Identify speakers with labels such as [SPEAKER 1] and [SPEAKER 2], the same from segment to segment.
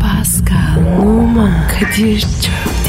[SPEAKER 1] Pascal, Oman, Kadir çok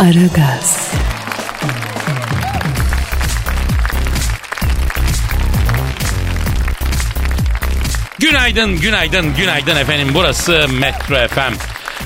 [SPEAKER 1] Aragaz,
[SPEAKER 2] Günaydın, günaydın, günaydın efendim. Burası Metro FM.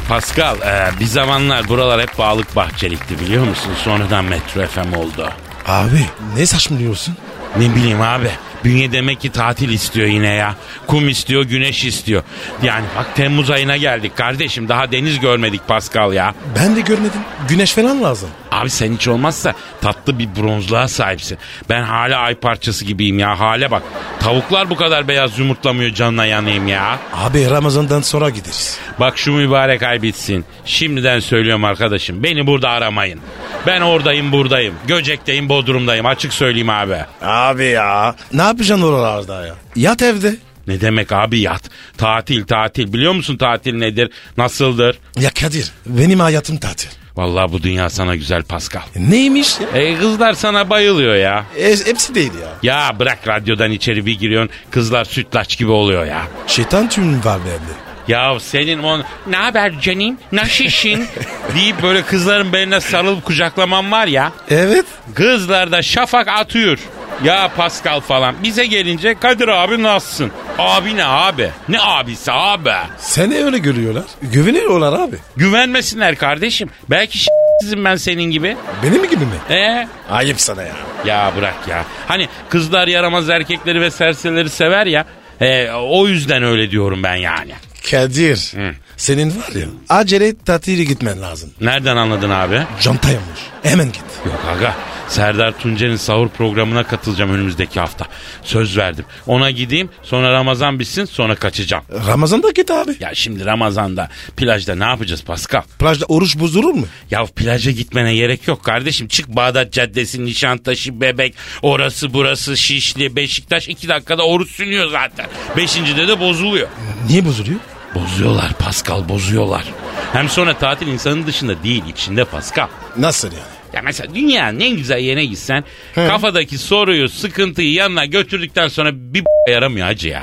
[SPEAKER 2] Pascal, e, bir zamanlar buralar hep bağlık bahçelikti biliyor musun? Sonradan Metro FM oldu.
[SPEAKER 3] Abi ne saçmalıyorsun?
[SPEAKER 2] Ne bileyim abi. Bünye demek ki tatil istiyor yine ya. Kum istiyor, güneş istiyor. Yani bak Temmuz ayına geldik kardeşim. Daha deniz görmedik Pascal ya.
[SPEAKER 3] Ben de görmedim. Güneş falan lazım.
[SPEAKER 2] Abi sen hiç olmazsa tatlı bir bronzluğa sahipsin. Ben hala ay parçası gibiyim ya. Hale bak. Tavuklar bu kadar beyaz yumurtlamıyor canına yanayım ya.
[SPEAKER 3] Abi Ramazan'dan sonra gideriz.
[SPEAKER 2] Bak şu mübarek ay bitsin. Şimdiden söylüyorum arkadaşım. Beni burada aramayın. Ben oradayım buradayım. Göcek'teyim Bodrum'dayım. Açık söyleyeyim abi.
[SPEAKER 3] Abi ya. Ne yapacaksın oralarda ya? Yat evde.
[SPEAKER 2] Ne demek abi yat. Tatil tatil. Biliyor musun tatil nedir? Nasıldır?
[SPEAKER 3] Ya Kadir benim hayatım tatil.
[SPEAKER 2] Vallahi bu dünya sana güzel Pascal.
[SPEAKER 3] Neymiş? ya?
[SPEAKER 2] E kızlar sana bayılıyor ya.
[SPEAKER 3] E, hepsi değil ya.
[SPEAKER 2] Ya bırak radyodan içeri bir giriyorsun. Kızlar sütlaç gibi oluyor ya.
[SPEAKER 3] Şeytan tümü var bende.
[SPEAKER 2] Ya senin on ne haber canim? Naşişin deyip böyle kızların beline sarılıp kucaklaman var ya.
[SPEAKER 3] Evet.
[SPEAKER 2] Kızlarda şafak atıyor. Ya Pascal falan. Bize gelince Kadir abi nasılsın? Abi ne abi? Ne abisi abi?
[SPEAKER 3] Seni öyle görüyorlar. Güveniyorlar abi.
[SPEAKER 2] Güvenmesinler kardeşim. Belki sizin ben senin gibi.
[SPEAKER 3] Benim gibi mi?
[SPEAKER 2] Ee?
[SPEAKER 3] Ayıp sana ya.
[SPEAKER 2] Ya bırak ya. Hani kızlar yaramaz erkekleri ve serserileri sever ya. Ee, o yüzden öyle diyorum ben yani.
[SPEAKER 3] Kadir. Senin var ya. Acele tatile gitmen lazım.
[SPEAKER 2] Nereden anladın abi?
[SPEAKER 3] Cantaymış. Hemen git.
[SPEAKER 2] Yok aga. Serdar Tuncer'in sahur programına katılacağım önümüzdeki hafta. Söz verdim. Ona gideyim sonra Ramazan bitsin sonra kaçacağım.
[SPEAKER 3] Ramazan'da git abi.
[SPEAKER 2] Ya şimdi Ramazan'da plajda ne yapacağız Pascal?
[SPEAKER 3] Plajda oruç bozulur mu?
[SPEAKER 2] Ya plaja gitmene gerek yok kardeşim. Çık Bağdat Caddesi, Nişantaşı, Bebek, orası burası, Şişli, Beşiktaş. iki dakikada oruç sünüyor zaten. Beşincide de bozuluyor.
[SPEAKER 3] Niye bozuluyor?
[SPEAKER 2] Bozuyorlar Pascal bozuyorlar. Hem sonra tatil insanın dışında değil içinde Pascal.
[SPEAKER 3] Nasıl yani?
[SPEAKER 2] Ya mesela dünyanın en güzel yerine gitsen kafadaki soruyu, sıkıntıyı yanına götürdükten sonra bir yaramıyor hacı ya.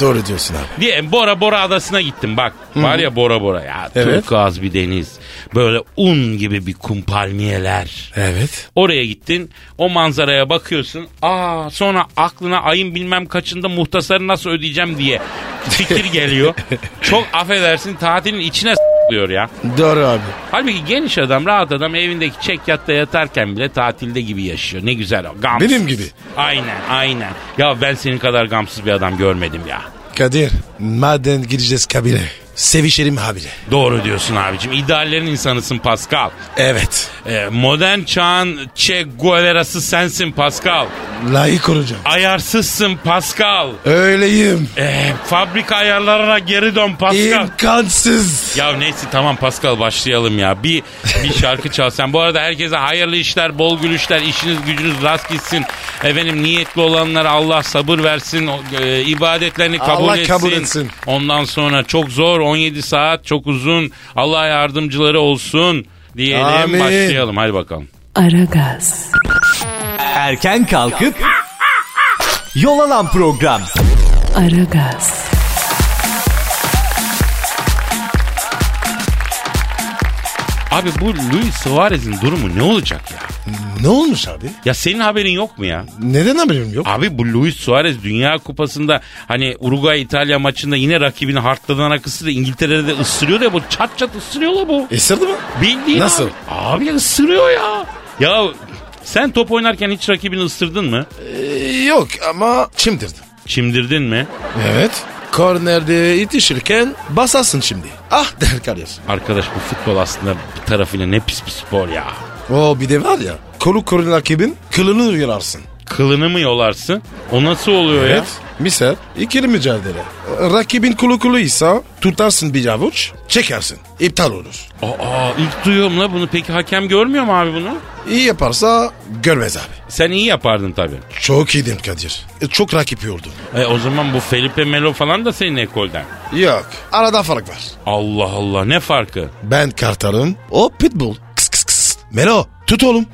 [SPEAKER 3] doğru diyorsun abi.
[SPEAKER 2] Diye Bora Bora adasına gittim bak. Var ya Bora Bora ya.
[SPEAKER 3] Evet.
[SPEAKER 2] Turkuaz bir deniz. Böyle un gibi bir kum palmiyeler.
[SPEAKER 3] Evet.
[SPEAKER 2] Oraya gittin o manzaraya bakıyorsun. Aa sonra aklına ayın bilmem kaçında muhtasarı nasıl ödeyeceğim diye fikir geliyor. Çok affedersin tatilin içine s**lıyor ya.
[SPEAKER 3] Doğru abi.
[SPEAKER 2] Halbuki geniş adam rahat adam evindeki çekyatta yatarken bile tatilde gibi yaşıyor. Ne güzel o gamsız.
[SPEAKER 3] Benim gibi.
[SPEAKER 2] Aynen aynen. Ya ben senin kadar gamsız bir adam görmedim ya.
[SPEAKER 3] Kadir maden gireceğiz kabile. Sevişelim habire.
[SPEAKER 2] Doğru diyorsun abicim. İdeallerin insanısın Pascal.
[SPEAKER 3] Evet.
[SPEAKER 2] Ee, modern çağın Che Guevara'sı sensin Pascal.
[SPEAKER 3] Layık olacağım.
[SPEAKER 2] Ayarsızsın Pascal.
[SPEAKER 3] Öyleyim.
[SPEAKER 2] Ee, fabrika ayarlarına geri dön Pascal.
[SPEAKER 3] İmkansız.
[SPEAKER 2] Ya neyse tamam Pascal başlayalım ya. Bir bir şarkı çal sen. Bu arada herkese hayırlı işler, bol gülüşler, işiniz gücünüz rast gitsin. Efendim niyetli olanlara Allah sabır versin. O, e, ibadetlerini kabul
[SPEAKER 3] Allah
[SPEAKER 2] etsin.
[SPEAKER 3] kabul etsin.
[SPEAKER 2] Ondan sonra çok zor 17 saat çok uzun. Allah yardımcıları olsun diyelim
[SPEAKER 3] Amin.
[SPEAKER 2] başlayalım. Hadi bakalım.
[SPEAKER 1] Aragaz,
[SPEAKER 4] Erken kalkıp yol alan program.
[SPEAKER 1] Aragaz,
[SPEAKER 2] Abi bu Luis Suarez'in durumu ne olacak ya?
[SPEAKER 3] Ne olmuş abi?
[SPEAKER 2] Ya senin haberin yok mu ya?
[SPEAKER 3] Neden haberim yok?
[SPEAKER 2] Abi bu Luis Suarez Dünya Kupası'nda hani Uruguay İtalya maçında yine rakibini hartladan akısı da İngiltere'de de ısırıyor ya bu çat çat ısırıyor la bu.
[SPEAKER 3] Esirdi mi?
[SPEAKER 2] Bildiğin
[SPEAKER 3] Nasıl?
[SPEAKER 2] Abi, abi ısırıyor ya. Ya sen top oynarken hiç rakibini ısırdın mı?
[SPEAKER 3] Ee, yok ama çimdirdim.
[SPEAKER 2] Çimdirdin mi?
[SPEAKER 3] Evet. Kornerde itişirken basasın şimdi. Ah der Kadir.
[SPEAKER 2] Arkadaş bu futbol aslında bir tarafıyla ne pis bir spor ya.
[SPEAKER 3] O bir de var ya. Kolu korun rakibin kılını uyararsın.
[SPEAKER 2] Kılını mı yolarsın? O nasıl oluyor ya?
[SPEAKER 3] Evet. Misal ikili mücadele. Rakibin kulu kuluysa tutarsın bir avuç çekersin. İptal olur.
[SPEAKER 2] Aa ilk duyuyorum la bunu. Peki hakem görmüyor mu abi bunu?
[SPEAKER 3] İyi yaparsa görmez abi.
[SPEAKER 2] Sen iyi yapardın tabii.
[SPEAKER 3] Çok iyiydim Kadir. E, Çok rakip yordum.
[SPEAKER 2] E, o zaman bu Felipe Melo falan da senin ekolden.
[SPEAKER 3] Yok. Arada fark var.
[SPEAKER 2] Allah Allah ne farkı?
[SPEAKER 3] Ben kartarım. O pitbull. Kıs kıs kıs. Melo tut oğlum.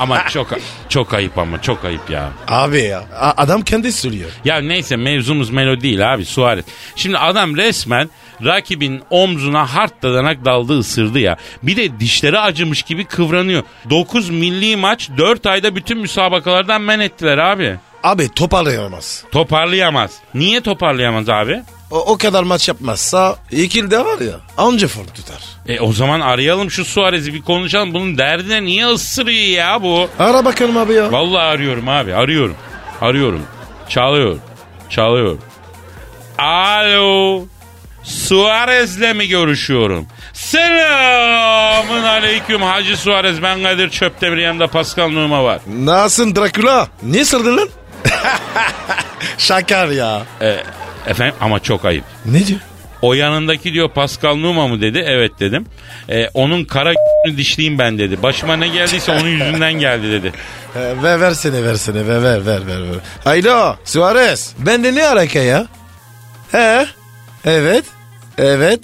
[SPEAKER 2] ama çok çok ayıp ama çok ayıp ya.
[SPEAKER 3] Abi ya. a- adam kendi sürüyor.
[SPEAKER 2] Ya neyse mevzumuz Melo değil abi Suarez. Şimdi adam resmen rakibin omzuna hard dadanak daldı ısırdı ya. Bir de dişleri acımış gibi kıvranıyor. 9 milli maç 4 ayda bütün müsabakalardan men ettiler abi.
[SPEAKER 3] Abi toparlayamaz.
[SPEAKER 2] Toparlayamaz. Niye toparlayamaz abi?
[SPEAKER 3] O, o kadar maç yapmazsa ikilde var ya anca form tutar.
[SPEAKER 2] E o zaman arayalım şu Suarez'i bir konuşalım. Bunun derdine niye ısırıyor ya bu?
[SPEAKER 3] Ara bakalım abi ya.
[SPEAKER 2] Vallahi arıyorum abi arıyorum. Arıyorum. Çalıyor. Çalıyor. Alo. Suarez'le mi görüşüyorum? Selamın aleyküm Hacı Suarez. Ben Kadir Çöptemir yanımda Pascal Numa var.
[SPEAKER 3] Nasılsın Drakula? Niye sırdın lan? Şakar ya.
[SPEAKER 2] E, efendim ama çok ayıp.
[SPEAKER 3] Ne diyor?
[SPEAKER 2] O yanındaki diyor Pascal Numa mı dedi. Evet dedim. E, onun kara dişliyim ben dedi. Başıma ne geldiyse onun yüzünden geldi dedi.
[SPEAKER 3] Ee, ver versene versene ver ver ver ver. ver. Alo Suarez. Bende ne alaka ya? He? Evet. Evet.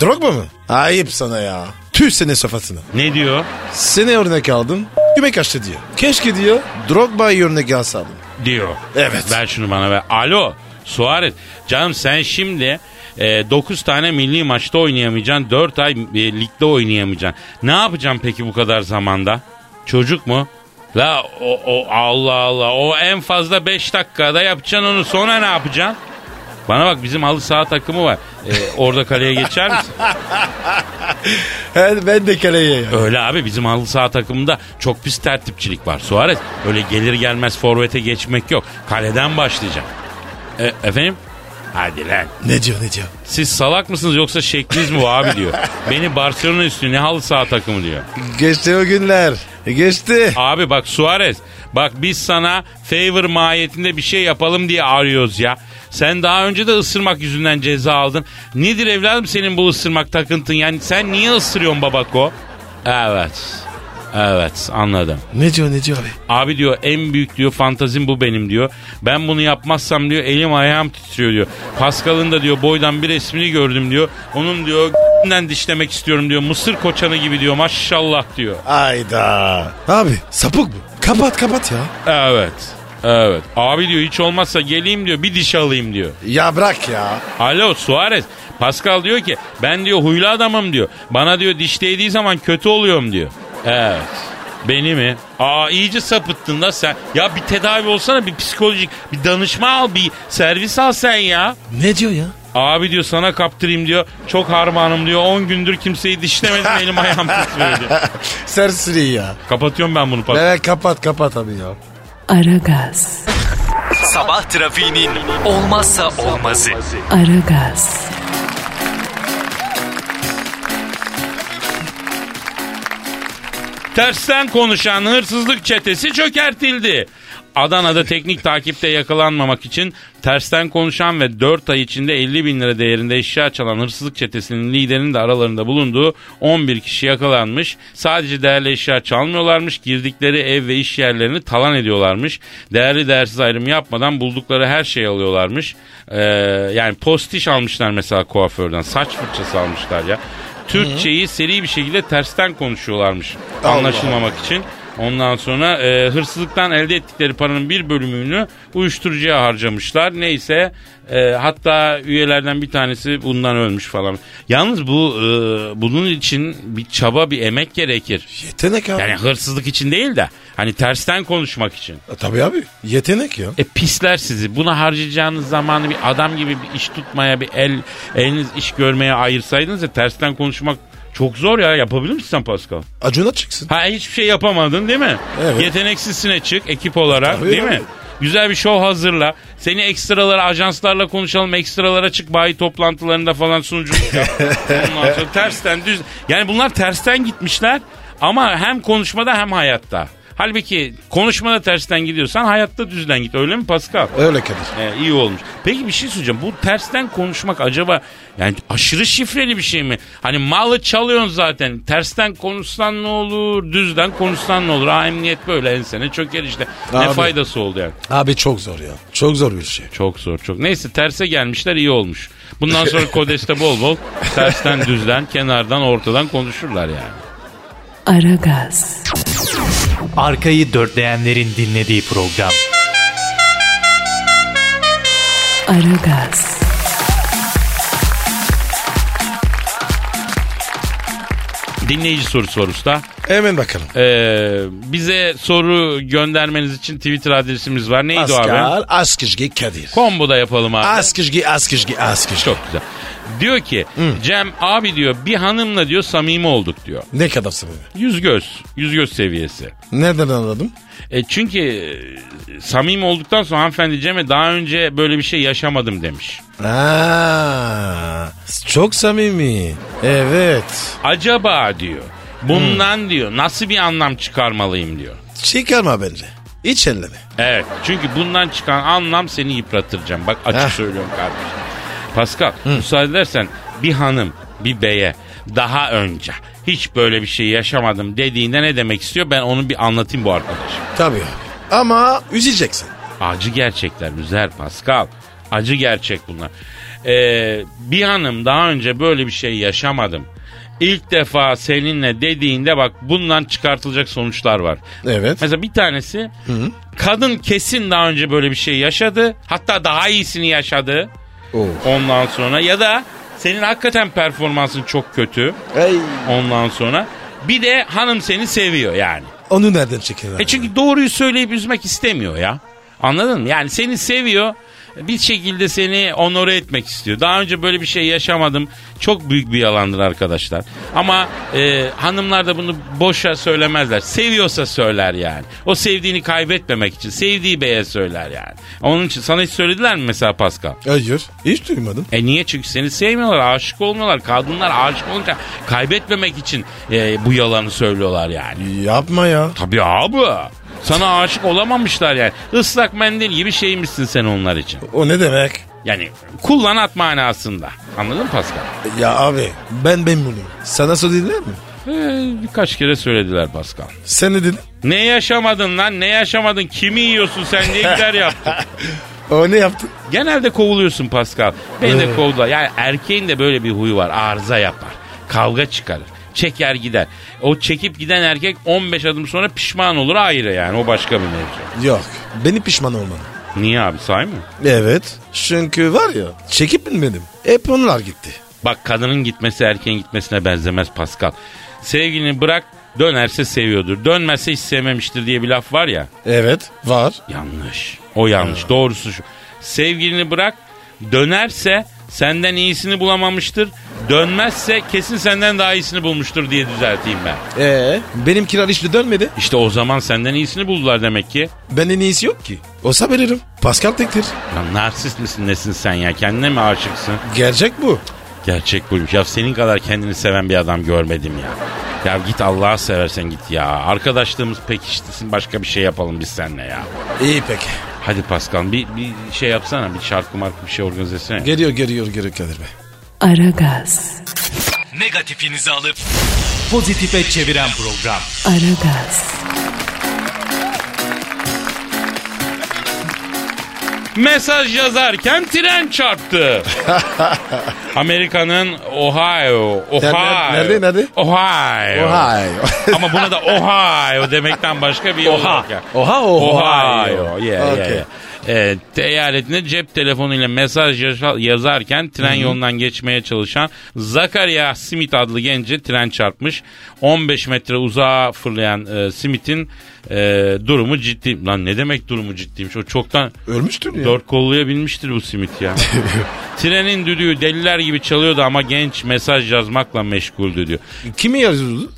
[SPEAKER 3] Drogba mı? Ayıp sana ya. Tüh sene sofasına.
[SPEAKER 2] Ne diyor?
[SPEAKER 3] Seni örnek aldım. Küme kaçtı diyor. Keşke diyor Drogba'yı örnek alsaydım.
[SPEAKER 2] diyor.
[SPEAKER 3] Evet.
[SPEAKER 2] Ver şunu bana ver. Alo Suarez. Canım sen şimdi 9 tane milli maçta oynayamayacaksın. 4 ay e, ligde oynayamayacaksın. Ne yapacaksın peki bu kadar zamanda? Çocuk mu? La o, o Allah Allah o en fazla 5 dakikada yapacaksın onu sonra ne yapacaksın? Bana bak bizim halı saha takımı var. E, orada kaleye geçer misin?
[SPEAKER 3] He, ben de kaleye ya.
[SPEAKER 2] Öyle abi bizim halı saha takımında çok pis tertipçilik var. Suarez öyle gelir gelmez forvete geçmek yok. Kaleden başlayacak. E, efendim? Hadi lan.
[SPEAKER 3] Ne diyor ne diyor?
[SPEAKER 2] Siz salak mısınız yoksa şekliniz mi bu abi diyor. Beni Barcelona üstü ne halı saha takımı diyor.
[SPEAKER 3] Geçti o günler. Geçti.
[SPEAKER 2] Abi bak Suarez bak biz sana favor mahiyetinde bir şey yapalım diye arıyoruz ya. Sen daha önce de ısırmak yüzünden ceza aldın. Nedir evladım senin bu ısırmak takıntın? Yani sen niye ısırıyorsun babako? Evet. Evet anladım.
[SPEAKER 3] Ne diyor ne diyor abi?
[SPEAKER 2] Abi diyor en büyük diyor fantazim bu benim diyor. Ben bunu yapmazsam diyor elim ayağım titriyor diyor. Pascal'ın da diyor boydan bir resmini gördüm diyor. Onun diyor ***'den dişlemek istiyorum diyor. Mısır koçanı gibi diyor maşallah diyor.
[SPEAKER 3] Ayda. Abi sapık bu. Kapat kapat ya.
[SPEAKER 2] Evet. Evet. Abi diyor hiç olmazsa geleyim diyor bir diş alayım diyor.
[SPEAKER 3] Ya bırak ya.
[SPEAKER 2] Alo Suarez. Pascal diyor ki ben diyor huylu adamım diyor. Bana diyor diş değdiği zaman kötü oluyorum diyor. Evet. Beni mi? Aa iyice sapıttın da sen. Ya bir tedavi olsana bir psikolojik bir danışma al bir servis al sen ya.
[SPEAKER 3] Ne diyor ya?
[SPEAKER 2] Abi diyor sana kaptırayım diyor. Çok harmanım diyor. 10 gündür kimseyi dişlemedim elim ayağım titriyor diyor.
[SPEAKER 3] Serseri ya.
[SPEAKER 2] Kapatıyorum ben bunu Pascal.
[SPEAKER 3] Evet kapat kapat abi ya.
[SPEAKER 1] Aragaz,
[SPEAKER 4] Sabah trafiğinin olmazsa olmazı.
[SPEAKER 1] Aragaz,
[SPEAKER 2] Tersten konuşan hırsızlık çetesi çökertildi. Adana'da teknik takipte yakalanmamak için tersten konuşan ve 4 ay içinde 50 bin lira değerinde eşya çalan hırsızlık çetesinin liderinin de aralarında bulunduğu 11 kişi yakalanmış. Sadece değerli eşya çalmıyorlarmış, girdikleri ev ve iş yerlerini talan ediyorlarmış. Değerli değersiz ayrım yapmadan buldukları her şeyi alıyorlarmış. Ee, yani postiş almışlar mesela kuaförden, saç fırçası almışlar ya. Türkçeyi seri bir şekilde tersten konuşuyorlarmış anlaşılmamak için. Ondan sonra e, hırsızlıktan elde ettikleri paranın bir bölümünü uyuşturucuya harcamışlar. Neyse e, hatta üyelerden bir tanesi bundan ölmüş falan. Yalnız bu e, bunun için bir çaba bir emek gerekir.
[SPEAKER 3] Yetenek abi.
[SPEAKER 2] Yani hırsızlık için değil de hani tersten konuşmak için.
[SPEAKER 3] E, Tabii abi. Yetenek ya.
[SPEAKER 2] E pisler sizi. Buna harcayacağınız zamanı bir adam gibi bir iş tutmaya, bir el eliniz iş görmeye ayırsaydınız ya tersten konuşmak çok zor ya. Yapabilir misin sen Pascal?
[SPEAKER 3] Acuna çıksın.
[SPEAKER 2] Ha hiçbir şey yapamadın değil mi?
[SPEAKER 3] Evet.
[SPEAKER 2] Yeteneksizsine çık ekip olarak
[SPEAKER 3] Tabii
[SPEAKER 2] değil
[SPEAKER 3] abi.
[SPEAKER 2] mi? Güzel bir şov hazırla. Seni ekstralara, ajanslarla konuşalım. Ekstralara çık bayi toplantılarında falan sunuculuk yap. Ondan sonra tersten düz. Yani bunlar tersten gitmişler ama hem konuşmada hem hayatta. Halbuki konuşmada tersten gidiyorsan hayatta düzden git öyle mi Pascal?
[SPEAKER 3] Öyle kadar.
[SPEAKER 2] Ee, iyi olmuş. Peki bir şey söyleyeceğim. Bu tersten konuşmak acaba yani aşırı şifreli bir şey mi? Hani malı çalıyorsun zaten. Tersten konuşsan ne olur? Düzden konuşsan ne olur? Ha emniyet böyle ensene çöker işte. Ne
[SPEAKER 3] Abi.
[SPEAKER 2] faydası oldu yani?
[SPEAKER 3] Abi çok zor ya. Çok zor bir şey.
[SPEAKER 2] Çok zor çok. Neyse terse gelmişler iyi olmuş. Bundan sonra kodeste bol bol tersten düzden kenardan ortadan konuşurlar yani.
[SPEAKER 1] Aragaz,
[SPEAKER 4] Arkayı dörtleyenlerin dinlediği program.
[SPEAKER 1] Aragaz,
[SPEAKER 2] Dinleyici sorusu var usta.
[SPEAKER 3] Hemen bakalım.
[SPEAKER 2] Ee, bize soru göndermeniz için Twitter adresimiz var. Neydi o abi?
[SPEAKER 3] Askar, Askışgi Kadir.
[SPEAKER 2] Combo da yapalım abi.
[SPEAKER 3] Askışgi, Askışgi, Askışgi.
[SPEAKER 2] Çok güzel. Diyor ki Cem abi diyor bir hanımla diyor samimi olduk diyor.
[SPEAKER 3] Ne kadar samimi.
[SPEAKER 2] Yüz göz. Yüz göz seviyesi.
[SPEAKER 3] Nereden anladım?
[SPEAKER 2] E çünkü e, samimi olduktan sonra hanımefendi Cem'e daha önce böyle bir şey yaşamadım demiş.
[SPEAKER 3] Aa, çok samimi. Evet.
[SPEAKER 2] Acaba diyor bundan diyor nasıl bir anlam çıkarmalıyım diyor.
[SPEAKER 3] Çıkarma bence. Hiç elleme.
[SPEAKER 2] Evet çünkü bundan çıkan anlam seni yıpratır Cem. Bak açık
[SPEAKER 3] Heh.
[SPEAKER 2] söylüyorum kardeşim. Pascal müsaade edersen bir hanım bir beye daha önce hiç böyle bir şey yaşamadım dediğinde ne demek istiyor ben onu bir anlatayım bu arkadaşım.
[SPEAKER 3] Tabii. Ama üzüleceksin.
[SPEAKER 2] Acı gerçekler üzer Pascal. Acı gerçek bunlar. Ee, bir hanım daha önce böyle bir şey yaşamadım. İlk defa seninle dediğinde bak bundan çıkartılacak sonuçlar var.
[SPEAKER 3] Evet.
[SPEAKER 2] Mesela bir tanesi kadın kesin daha önce böyle bir şey yaşadı. Hatta daha iyisini yaşadı.
[SPEAKER 3] Oo.
[SPEAKER 2] Ondan sonra ya da senin hakikaten performansın çok kötü.
[SPEAKER 3] Ey.
[SPEAKER 2] Ondan sonra bir de hanım seni seviyor yani.
[SPEAKER 3] Onu nereden çekin?
[SPEAKER 2] E çünkü doğruyu söyleyip üzmek istemiyor ya. Anladın mı? Yani seni seviyor. Bir şekilde seni onore etmek istiyor. Daha önce böyle bir şey yaşamadım. Çok büyük bir yalandır arkadaşlar. Ama e, hanımlar da bunu boşa söylemezler. Seviyorsa söyler yani. O sevdiğini kaybetmemek için. Sevdiği beye söyler yani. Onun için sana hiç söylediler mi mesela Pascal?
[SPEAKER 3] Hayır. Hiç duymadım.
[SPEAKER 2] E niye? Çünkü seni sevmiyorlar, aşık olmuyorlar. Kadınlar aşık olunca kaybetmemek için e, bu yalanı söylüyorlar yani.
[SPEAKER 3] Yapma ya.
[SPEAKER 2] Tabii abi. Sana aşık olamamışlar yani. Islak mendil gibi şeymişsin sen onlar için.
[SPEAKER 3] O ne demek?
[SPEAKER 2] Yani kullan at manasında. Anladın mı Pascal?
[SPEAKER 3] Ya abi ben ben bunu. Sana söylediler mi?
[SPEAKER 2] Ee, birkaç kere söylediler Pascal.
[SPEAKER 3] Sen ne dedin?
[SPEAKER 2] Ne yaşamadın lan ne yaşamadın kimi yiyorsun sen ne gider yaptın.
[SPEAKER 3] O ne yaptın?
[SPEAKER 2] Genelde kovuluyorsun Pascal. Beni de kovdular. Yani erkeğin de böyle bir huyu var arıza yapar. Kavga çıkarır. Çeker gider. O çekip giden erkek 15 adım sonra pişman olur ayrı yani o başka bir mevzu.
[SPEAKER 3] Yok. Beni pişman olmalı.
[SPEAKER 2] Niye abi say mı?
[SPEAKER 3] Evet. Çünkü var ya çekip binmedim. Hep onlar gitti.
[SPEAKER 2] Bak kadının gitmesi erkeğin gitmesine benzemez Pascal. Sevgilini bırak dönerse seviyordur. Dönmezse hiç sevmemiştir diye bir laf var ya.
[SPEAKER 3] Evet var.
[SPEAKER 2] Yanlış. O yanlış. Doğrusu şu. Sevgilini bırak dönerse senden iyisini bulamamıştır. Dönmezse kesin senden daha iyisini bulmuştur diye düzelteyim ben.
[SPEAKER 3] Ee, benim kiral hiç dönmedi.
[SPEAKER 2] İşte o zaman senden iyisini buldular demek ki.
[SPEAKER 3] Benden iyisi yok ki. Olsa veririm. Pascal tektir.
[SPEAKER 2] Ya narsist misin nesin sen ya? Kendine mi aşıksın?
[SPEAKER 3] Gerçek bu.
[SPEAKER 2] Gerçek buymuş. Ya senin kadar kendini seven bir adam görmedim ya. Ya git Allah'a seversen git ya. Arkadaşlığımız pekiştisin başka bir şey yapalım biz seninle ya.
[SPEAKER 3] İyi peki.
[SPEAKER 2] Hadi Pascal bir, bir şey yapsana bir şarkı markı bir şey organize etsene.
[SPEAKER 3] Geliyor geliyor geliyor Kadir Bey.
[SPEAKER 1] Aragaz,
[SPEAKER 4] Negatifinizi alıp pozitife çeviren program.
[SPEAKER 1] Aragaz,
[SPEAKER 2] Mesaj yazarken tren çarptı. Amerika'nın Ohio, Ohio.
[SPEAKER 3] Nerede, nerede, nerede?
[SPEAKER 2] Ohio.
[SPEAKER 3] Ohio.
[SPEAKER 2] Ama buna da Ohio demekten başka bir yol yok ya.
[SPEAKER 3] Oha
[SPEAKER 2] Ohio. Yeah, yeah,
[SPEAKER 3] Okey.
[SPEAKER 2] yeah. Evet, eyaletinde cep telefonuyla mesaj yaşa- yazarken tren yolundan geçmeye çalışan Zakaria Smith adlı gence tren çarpmış. 15 metre uzağa fırlayan e, Smith'in e, durumu ciddi. Lan ne demek durumu ciddiymiş? O çoktan
[SPEAKER 3] Ölmüştür ya.
[SPEAKER 2] dört kolluya binmiştir bu Smith ya. Trenin düdüğü deliler gibi çalıyordu ama genç mesaj yazmakla meşguldü diyor.
[SPEAKER 3] Kimi yazıyordu?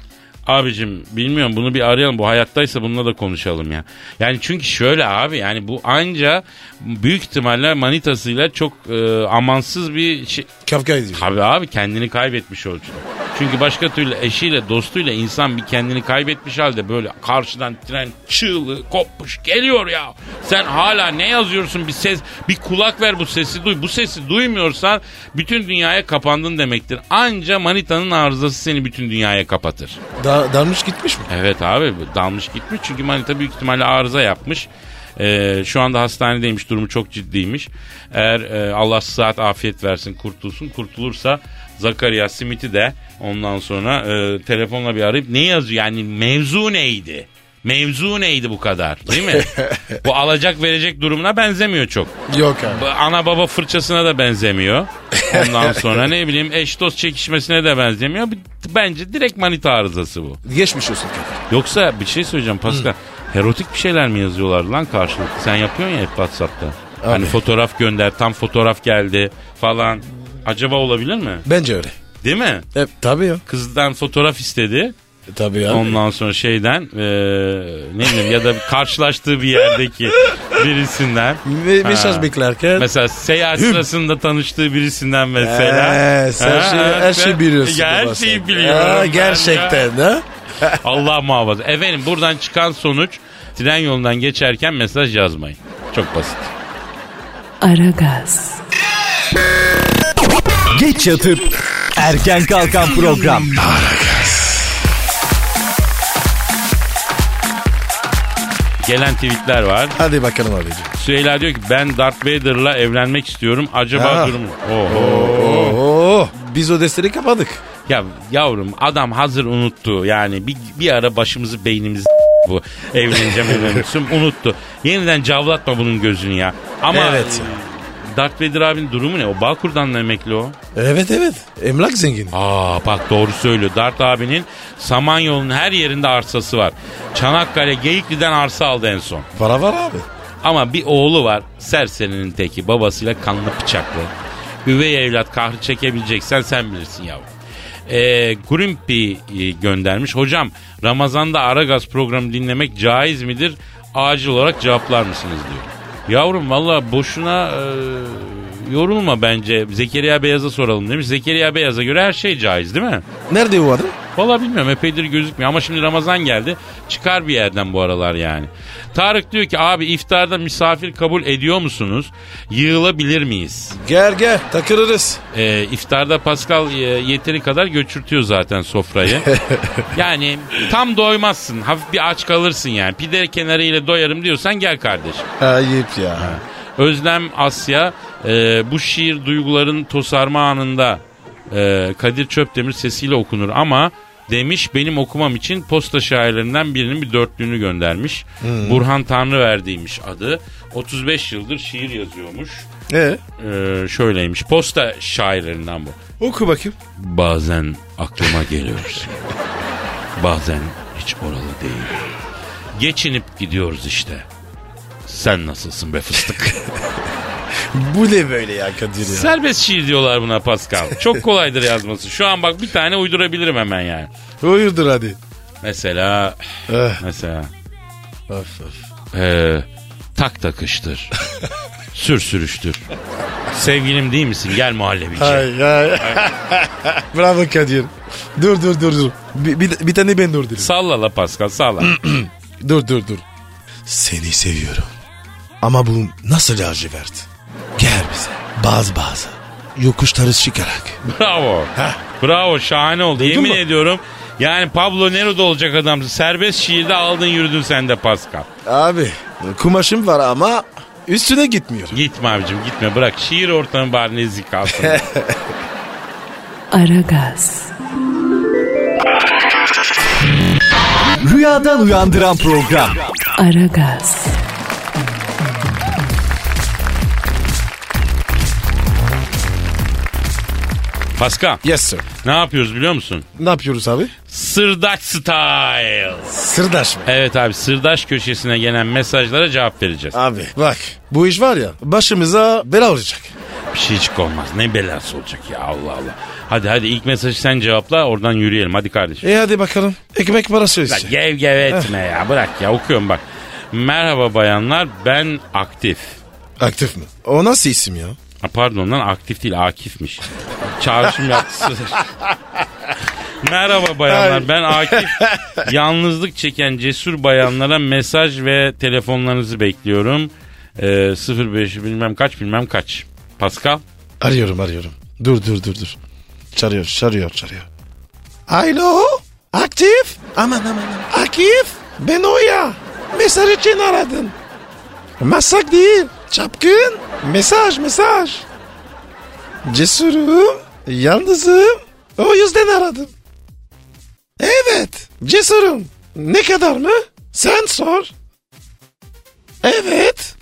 [SPEAKER 2] Abicim bilmiyorum bunu bir arayalım. Bu hayattaysa bununla da konuşalım ya. Yani çünkü şöyle abi yani bu anca büyük ihtimalle manitasıyla çok e, amansız bir şey.
[SPEAKER 3] Kafka yazıyor.
[SPEAKER 2] Tabii abi kendini kaybetmiş ölçüde. Çünkü başka türlü eşiyle dostuyla insan bir kendini kaybetmiş halde böyle karşıdan tren çığlığı kopmuş geliyor ya. Sen hala ne yazıyorsun bir ses bir kulak ver bu sesi duy. Bu sesi duymuyorsan bütün dünyaya kapandın demektir. Anca manitanın arızası seni bütün dünyaya kapatır.
[SPEAKER 3] Da, dalmış gitmiş mi?
[SPEAKER 2] Evet abi bu dalmış gitmiş çünkü manita büyük ihtimalle arıza yapmış. Ee, şu anda hastanedeymiş durumu çok ciddiymiş. Eğer e, Allah sıhhat afiyet versin kurtulsun kurtulursa Zakaria Smith'i de ondan sonra e, telefonla bir arayıp ne yazıyor yani mevzu neydi? Mevzu neydi bu kadar değil mi? bu alacak verecek durumuna benzemiyor çok.
[SPEAKER 3] Yok abi.
[SPEAKER 2] Bu Ana baba fırçasına da benzemiyor. Ondan sonra ne bileyim eş dost çekişmesine de benzemiyor. Bence direkt manita arızası bu.
[SPEAKER 3] Geçmiş olsun kanka.
[SPEAKER 2] Yoksa bir şey söyleyeceğim Pascal. Erotik bir şeyler mi yazıyorlar lan karşılıklı? Sen yapıyorsun ya hep WhatsApp'ta. Hani fotoğraf gönder, tam fotoğraf geldi falan. Acaba olabilir mi?
[SPEAKER 3] Bence öyle.
[SPEAKER 2] Değil mi?
[SPEAKER 3] E, tabii ya.
[SPEAKER 2] Kızdan fotoğraf istedi.
[SPEAKER 3] E, tabii ya.
[SPEAKER 2] Ondan sonra şeyden eee, ne bileyim ya da karşılaştığı bir yerdeki birisinden.
[SPEAKER 3] Me- mesaj
[SPEAKER 2] Ha.
[SPEAKER 3] beklerken.
[SPEAKER 2] Mesela seyahat sırasında tanıştığı birisinden mesela.
[SPEAKER 3] Ee, sen
[SPEAKER 2] Ha,
[SPEAKER 3] şey, her şeyi
[SPEAKER 2] sen-
[SPEAKER 3] biliyorsun. baba
[SPEAKER 2] Her
[SPEAKER 3] sen.
[SPEAKER 2] şeyi biliyorum.
[SPEAKER 3] Ha,
[SPEAKER 2] ben ya.
[SPEAKER 3] gerçekten ha?
[SPEAKER 2] Allah muhafaza. Efendim buradan çıkan sonuç tren yolundan geçerken mesaj yazmayın. Çok basit.
[SPEAKER 1] Aragaz,
[SPEAKER 4] Geç yatıp erken kalkan program.
[SPEAKER 2] Gelen tweetler var.
[SPEAKER 3] Hadi bakalım abicim.
[SPEAKER 2] Süheyla diyor ki ben Darth Vader'la evlenmek istiyorum. Acaba
[SPEAKER 3] Ha.
[SPEAKER 2] durum... Oho.
[SPEAKER 3] Oo, biz o desteği kapadık.
[SPEAKER 2] Ya yavrum adam hazır unuttu. Yani bir, bir ara başımızı beynimizi bu evleneceğim evlenmişim unuttu. Yeniden cavlatma bunun gözünü ya. Ama
[SPEAKER 3] Evet ya.
[SPEAKER 2] Darth Vader abinin durumu ne? O Bağkur'dan da emekli o.
[SPEAKER 3] Evet evet. Emlak zengini.
[SPEAKER 2] Aa bak doğru söylüyor. Dart abinin Samanyolu'nun her yerinde arsası var. Çanakkale Geyikli'den arsa aldı en son.
[SPEAKER 3] Para var abi.
[SPEAKER 2] Ama bir oğlu var. Serserinin teki babasıyla kanlı bıçaklı. Üvey evlat kahrı çekebileceksen sen bilirsin yavrum. Ee, Grumpy e, göndermiş. Hocam Ramazan'da Aragaz programı dinlemek caiz midir? Acil olarak cevaplar mısınız diyor. Yavrum valla boşuna e, yorulma bence. Zekeriya Beyaz'a soralım demiş. Zekeriya Beyaz'a göre her şey caiz değil mi?
[SPEAKER 3] Nerede o adam?
[SPEAKER 2] Valla bilmiyorum epeydir gözükmüyor ama şimdi Ramazan geldi. Çıkar bir yerden bu aralar yani. Tarık diyor ki abi iftarda misafir kabul ediyor musunuz? Yığılabilir miyiz?
[SPEAKER 3] Gel gel takırırız.
[SPEAKER 2] Ee, iftarda Pascal e, yeteri kadar göçürtüyor zaten sofrayı. yani tam doymazsın. Hafif bir aç kalırsın yani. Pide kenarı ile doyarım diyorsan gel kardeşim.
[SPEAKER 3] Ayıp ya.
[SPEAKER 2] Özlem Asya e, bu şiir duyguların tosarma anında e, Kadir Çöpdemir sesiyle okunur ama demiş benim okumam için posta şairlerinden birinin bir dörtlüğünü göndermiş. Burhan Tanrıverdi'ymiş adı. 35 yıldır şiir yazıyormuş.
[SPEAKER 3] E,
[SPEAKER 2] E, şöyleymiş posta şairlerinden bu.
[SPEAKER 3] oku bakayım.
[SPEAKER 2] Bazen aklıma geliyorsun. Bazen hiç oralı değil. Geçinip gidiyoruz işte. Sen nasılsın be fıstık?
[SPEAKER 3] Bu ne böyle ya Kadir ya?
[SPEAKER 2] Serbest şiir diyorlar buna Pascal. Çok kolaydır yazması. Şu an bak bir tane uydurabilirim hemen yani.
[SPEAKER 3] Buyurdur hadi.
[SPEAKER 2] Mesela
[SPEAKER 3] Eh,
[SPEAKER 2] mesela
[SPEAKER 3] of, of.
[SPEAKER 2] eee, tak takıştır. Sür sürüştür. Sevgilim değil misin? Gel muhallebici.
[SPEAKER 3] Ay, ay. Bravo Kadir. Dur dur dur dur. Bir, bir, bir tane ben durdurayım.
[SPEAKER 2] Salla la Pascal salla.
[SPEAKER 3] Dur dur dur. Seni seviyorum. Ama bu nasıl lacivert? Gel bize. Baz bazı. Yokuşları çıkarak.
[SPEAKER 2] Bravo. Bravo şahane oldu. Yemin
[SPEAKER 3] mu?
[SPEAKER 2] ediyorum. Yani Pablo Neruda olacak adamsın. Serbest şiirde aldın yürüdün sen de Pascal.
[SPEAKER 3] Abi kumaşım var ama üstüne gitmiyor.
[SPEAKER 2] Gitme abicim gitme bırak. Şiir ortamı bari nezih kalsın.
[SPEAKER 1] Aragaz,
[SPEAKER 4] Rüyadan uyandıran program.
[SPEAKER 1] Aragaz,
[SPEAKER 2] Pascal
[SPEAKER 3] Yes sir.
[SPEAKER 2] ne yapıyoruz biliyor musun?
[SPEAKER 3] Ne yapıyoruz abi?
[SPEAKER 2] Sırdaç Style.
[SPEAKER 3] Sırdaş mı?
[SPEAKER 2] Evet abi sırdaş köşesine gelen mesajlara cevap vereceğiz.
[SPEAKER 3] Abi bak bu iş var ya başımıza bela olacak.
[SPEAKER 2] Bir şey çık olmaz. Ne belası olacak ya Allah Allah. Hadi hadi ilk mesajı sen cevapla oradan yürüyelim hadi kardeşim.
[SPEAKER 3] E hadi bakalım. Ekmek parası
[SPEAKER 2] Bak,
[SPEAKER 3] işte.
[SPEAKER 2] gev gev etme ya bırak ya okuyorum bak. Merhaba bayanlar ben aktif.
[SPEAKER 3] Aktif mi? O nasıl isim ya?
[SPEAKER 2] Ha, Pardon lan aktif değil Akif'miş. Çağrışım yaptı. Merhaba bayanlar ben Akif. Yalnızlık çeken cesur bayanlara mesaj ve telefonlarınızı bekliyorum. Ee, 05 bilmem kaç bilmem kaç. Pascal.
[SPEAKER 3] Arıyorum arıyorum. Dur dur dur dur. Çarıyor çarıyor çarıyor. Alo aktif. Aman aman. aman. Akif ben o ya. Mesaj için aradın. Masak değil. Çapkın. Mesaj mesaj. Cesurum. Yalnızım. O yüzden aradım. Evet cesurum. Ne kadar mı? Sen sor. Evet.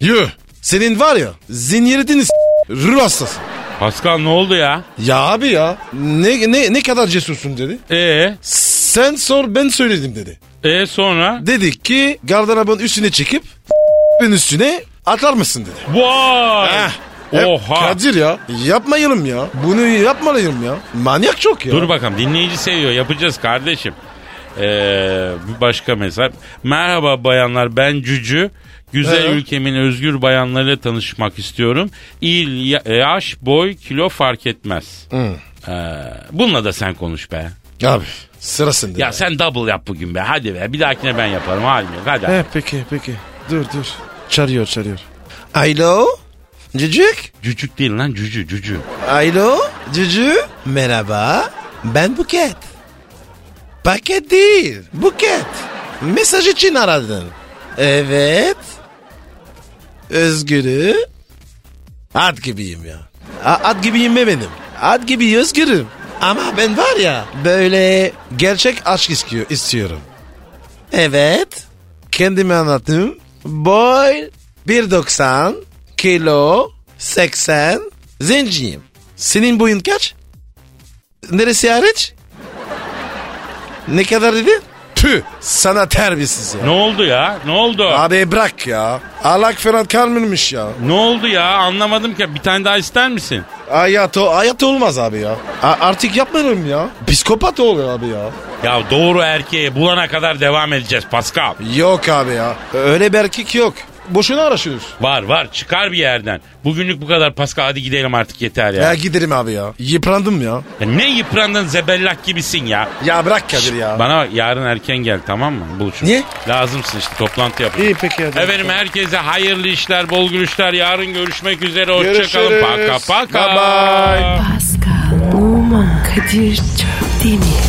[SPEAKER 3] Yuh. Senin var ya zinyirdiniz ruh hastası.
[SPEAKER 2] Pascal ne oldu ya?
[SPEAKER 3] Ya abi ya ne, ne, ne kadar cesursun dedi.
[SPEAKER 2] Ee,
[SPEAKER 3] Sen sor ben söyledim dedi.
[SPEAKER 2] e sonra?
[SPEAKER 3] Dedik ki gardırobun üstüne çekip ben üstüne atar mısın dedi.
[SPEAKER 2] Vay!
[SPEAKER 3] Eh, hep
[SPEAKER 2] Oha!
[SPEAKER 3] Kadir ya yapmayalım ya. Bunu yapmalıyım ya. Manyak çok ya.
[SPEAKER 2] Dur bakalım dinleyici seviyor yapacağız kardeşim. Ee, bir başka mesaj. Merhaba bayanlar ben Cücü. Güzel
[SPEAKER 3] Evet.
[SPEAKER 2] ülkemin özgür bayanlarıyla tanışmak istiyorum. İl, ya- e, yaş, boy, kilo fark etmez. Ee, bununla da sen konuş be.
[SPEAKER 3] Abi sırasında.
[SPEAKER 2] Ya sen double yap bugün be. Hadi be. Bir dahakine ben yaparım. Halim yok. Hadi.
[SPEAKER 3] He, Eh, peki peki dur dur. Çarıyor çarıyor. Alo cücük.
[SPEAKER 2] Cücük değil lan cücü cücü.
[SPEAKER 3] Alo Cücü. Merhaba ben Buket. Paket değil Buket. Mesaj için aradın. Evet. Özgür'ü. At gibiyim ya. A- at gibiyim mi benim? At gibi özgürüm. Ama ben var ya böyle gerçek aşk istiyor, istiyorum. Evet. Kendimi anlattım. Boy 1.90 kilo 80 zenciyim. Senin boyun kaç? Neresi hariç? Ne kadar dedin? Tüh sana terbiyesiz ya.
[SPEAKER 2] Ne oldu ya? Ne oldu?
[SPEAKER 3] Abi bırak ya. Alak Ferhat Karmin'miş ya.
[SPEAKER 2] Ne oldu ya? Anlamadım ki. Bir tane daha ister misin?
[SPEAKER 3] Hayat, o, hayat olmaz abi ya. A- artık yapmıyorum ya. Psikopat oluyor abi ya.
[SPEAKER 2] Ya doğru erkeği bulana kadar devam edeceğiz Pascal.
[SPEAKER 3] Yok abi ya. Öyle bir erkek yok. Boşuna araşıyoruz.
[SPEAKER 2] Var var çıkar bir yerden. Bugünlük bu kadar Pascal hadi gidelim artık yeter ya.
[SPEAKER 3] Ya giderim abi ya. Yıprandım ya.
[SPEAKER 2] Ya ne yıprandın zebellak gibisin ya.
[SPEAKER 3] Ya bırak Kadir ya.
[SPEAKER 2] Bana bak yarın erken gel tamam mı? Buluşuruz.
[SPEAKER 3] Niye?
[SPEAKER 2] Lazımsın işte toplantı yapalım.
[SPEAKER 3] İyi peki hadi.
[SPEAKER 2] Efendim herkese hayırlı işler, bol gülüşler. Yarın görüşmek üzere. Hoşçakalın.
[SPEAKER 3] Görüşürüz.
[SPEAKER 2] Paka paka.
[SPEAKER 3] Bye bye.
[SPEAKER 1] Pascal, Oman, Kadir çok değil mi?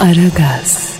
[SPEAKER 1] Aragaz.